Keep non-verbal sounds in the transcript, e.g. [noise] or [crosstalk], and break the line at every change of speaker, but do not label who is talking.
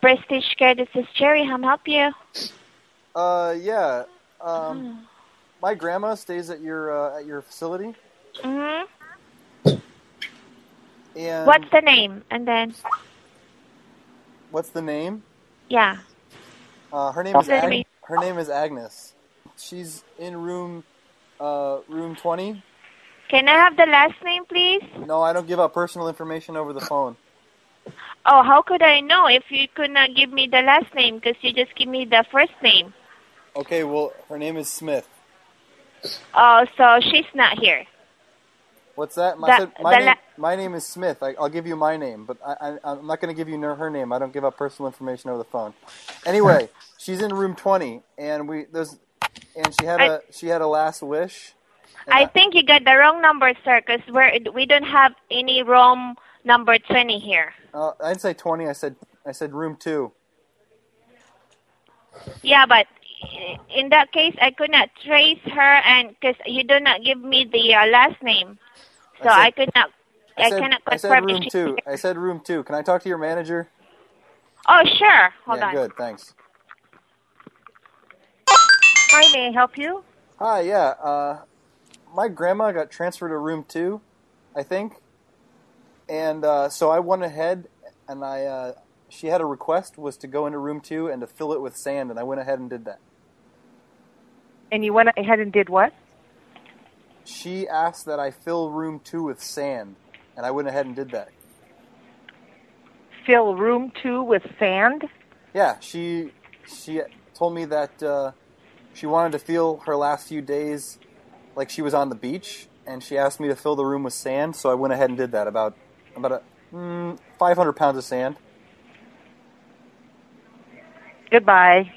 Prestige Care. This is Jerry. How may I help you?
Uh, yeah.
Mm.
Um, my grandma stays at your uh, at your facility, Mm-hmm.
hmm
and
What's the name? And then,
what's the name?
yeah.
Uh, her name
What's
is
her
Ag-
name?
her name is Agnes. She's in room uh, room twenty.
Can I have the last name, please?
No, I don't give out personal information over the phone.
Oh, how could I know if you could not give me the last name because you just give me the first name?
Okay, well, her name is Smith.
Oh, so she's not here.
What's that? My,
That-
I said, my,
the
name,
la-
my name is Smith. I, I'll give you my name, but I, I, I'm not going to give you ner- her name. I don't give out personal information over the phone.
[laughs]
Anyway, she's in room 20, and we there's and she had
I-
a she had a last wish. and
I think you got the wrong number, sir, because we don't have any room number 20 here.
Uh, I didn't say 20. I said I said room two.
Yeah, but i- in that case, I could not trace her and because you do not give me the uh, last name. So
I said-
I, could not, I,
said,
cannot
I said
confirm if
room
she's [laughs]
two.
here.
I said room two. Can I talk to your manager?
Oh, sure. Hold
yeah,
on.
good. Thanks.
Hi, may I help you?
Hi. Yeah. Uh, my grandma got transferred to room two, I think, and uh, so I went ahead and I. Uh, she had a request was to go into room two and to fill it with sand, and I went ahead and did that.
And you went ahead and did what?
She asked that I fill room two with sand, and I went ahead and did that.
Fill room two with sand?
Yeah, she she told me that uh, she wanted to feel her last few days like she was on the beach, and she asked me to fill the room with sand. So I went ahead and did that about about a, mm, 500 pounds of sand.
Goodbye.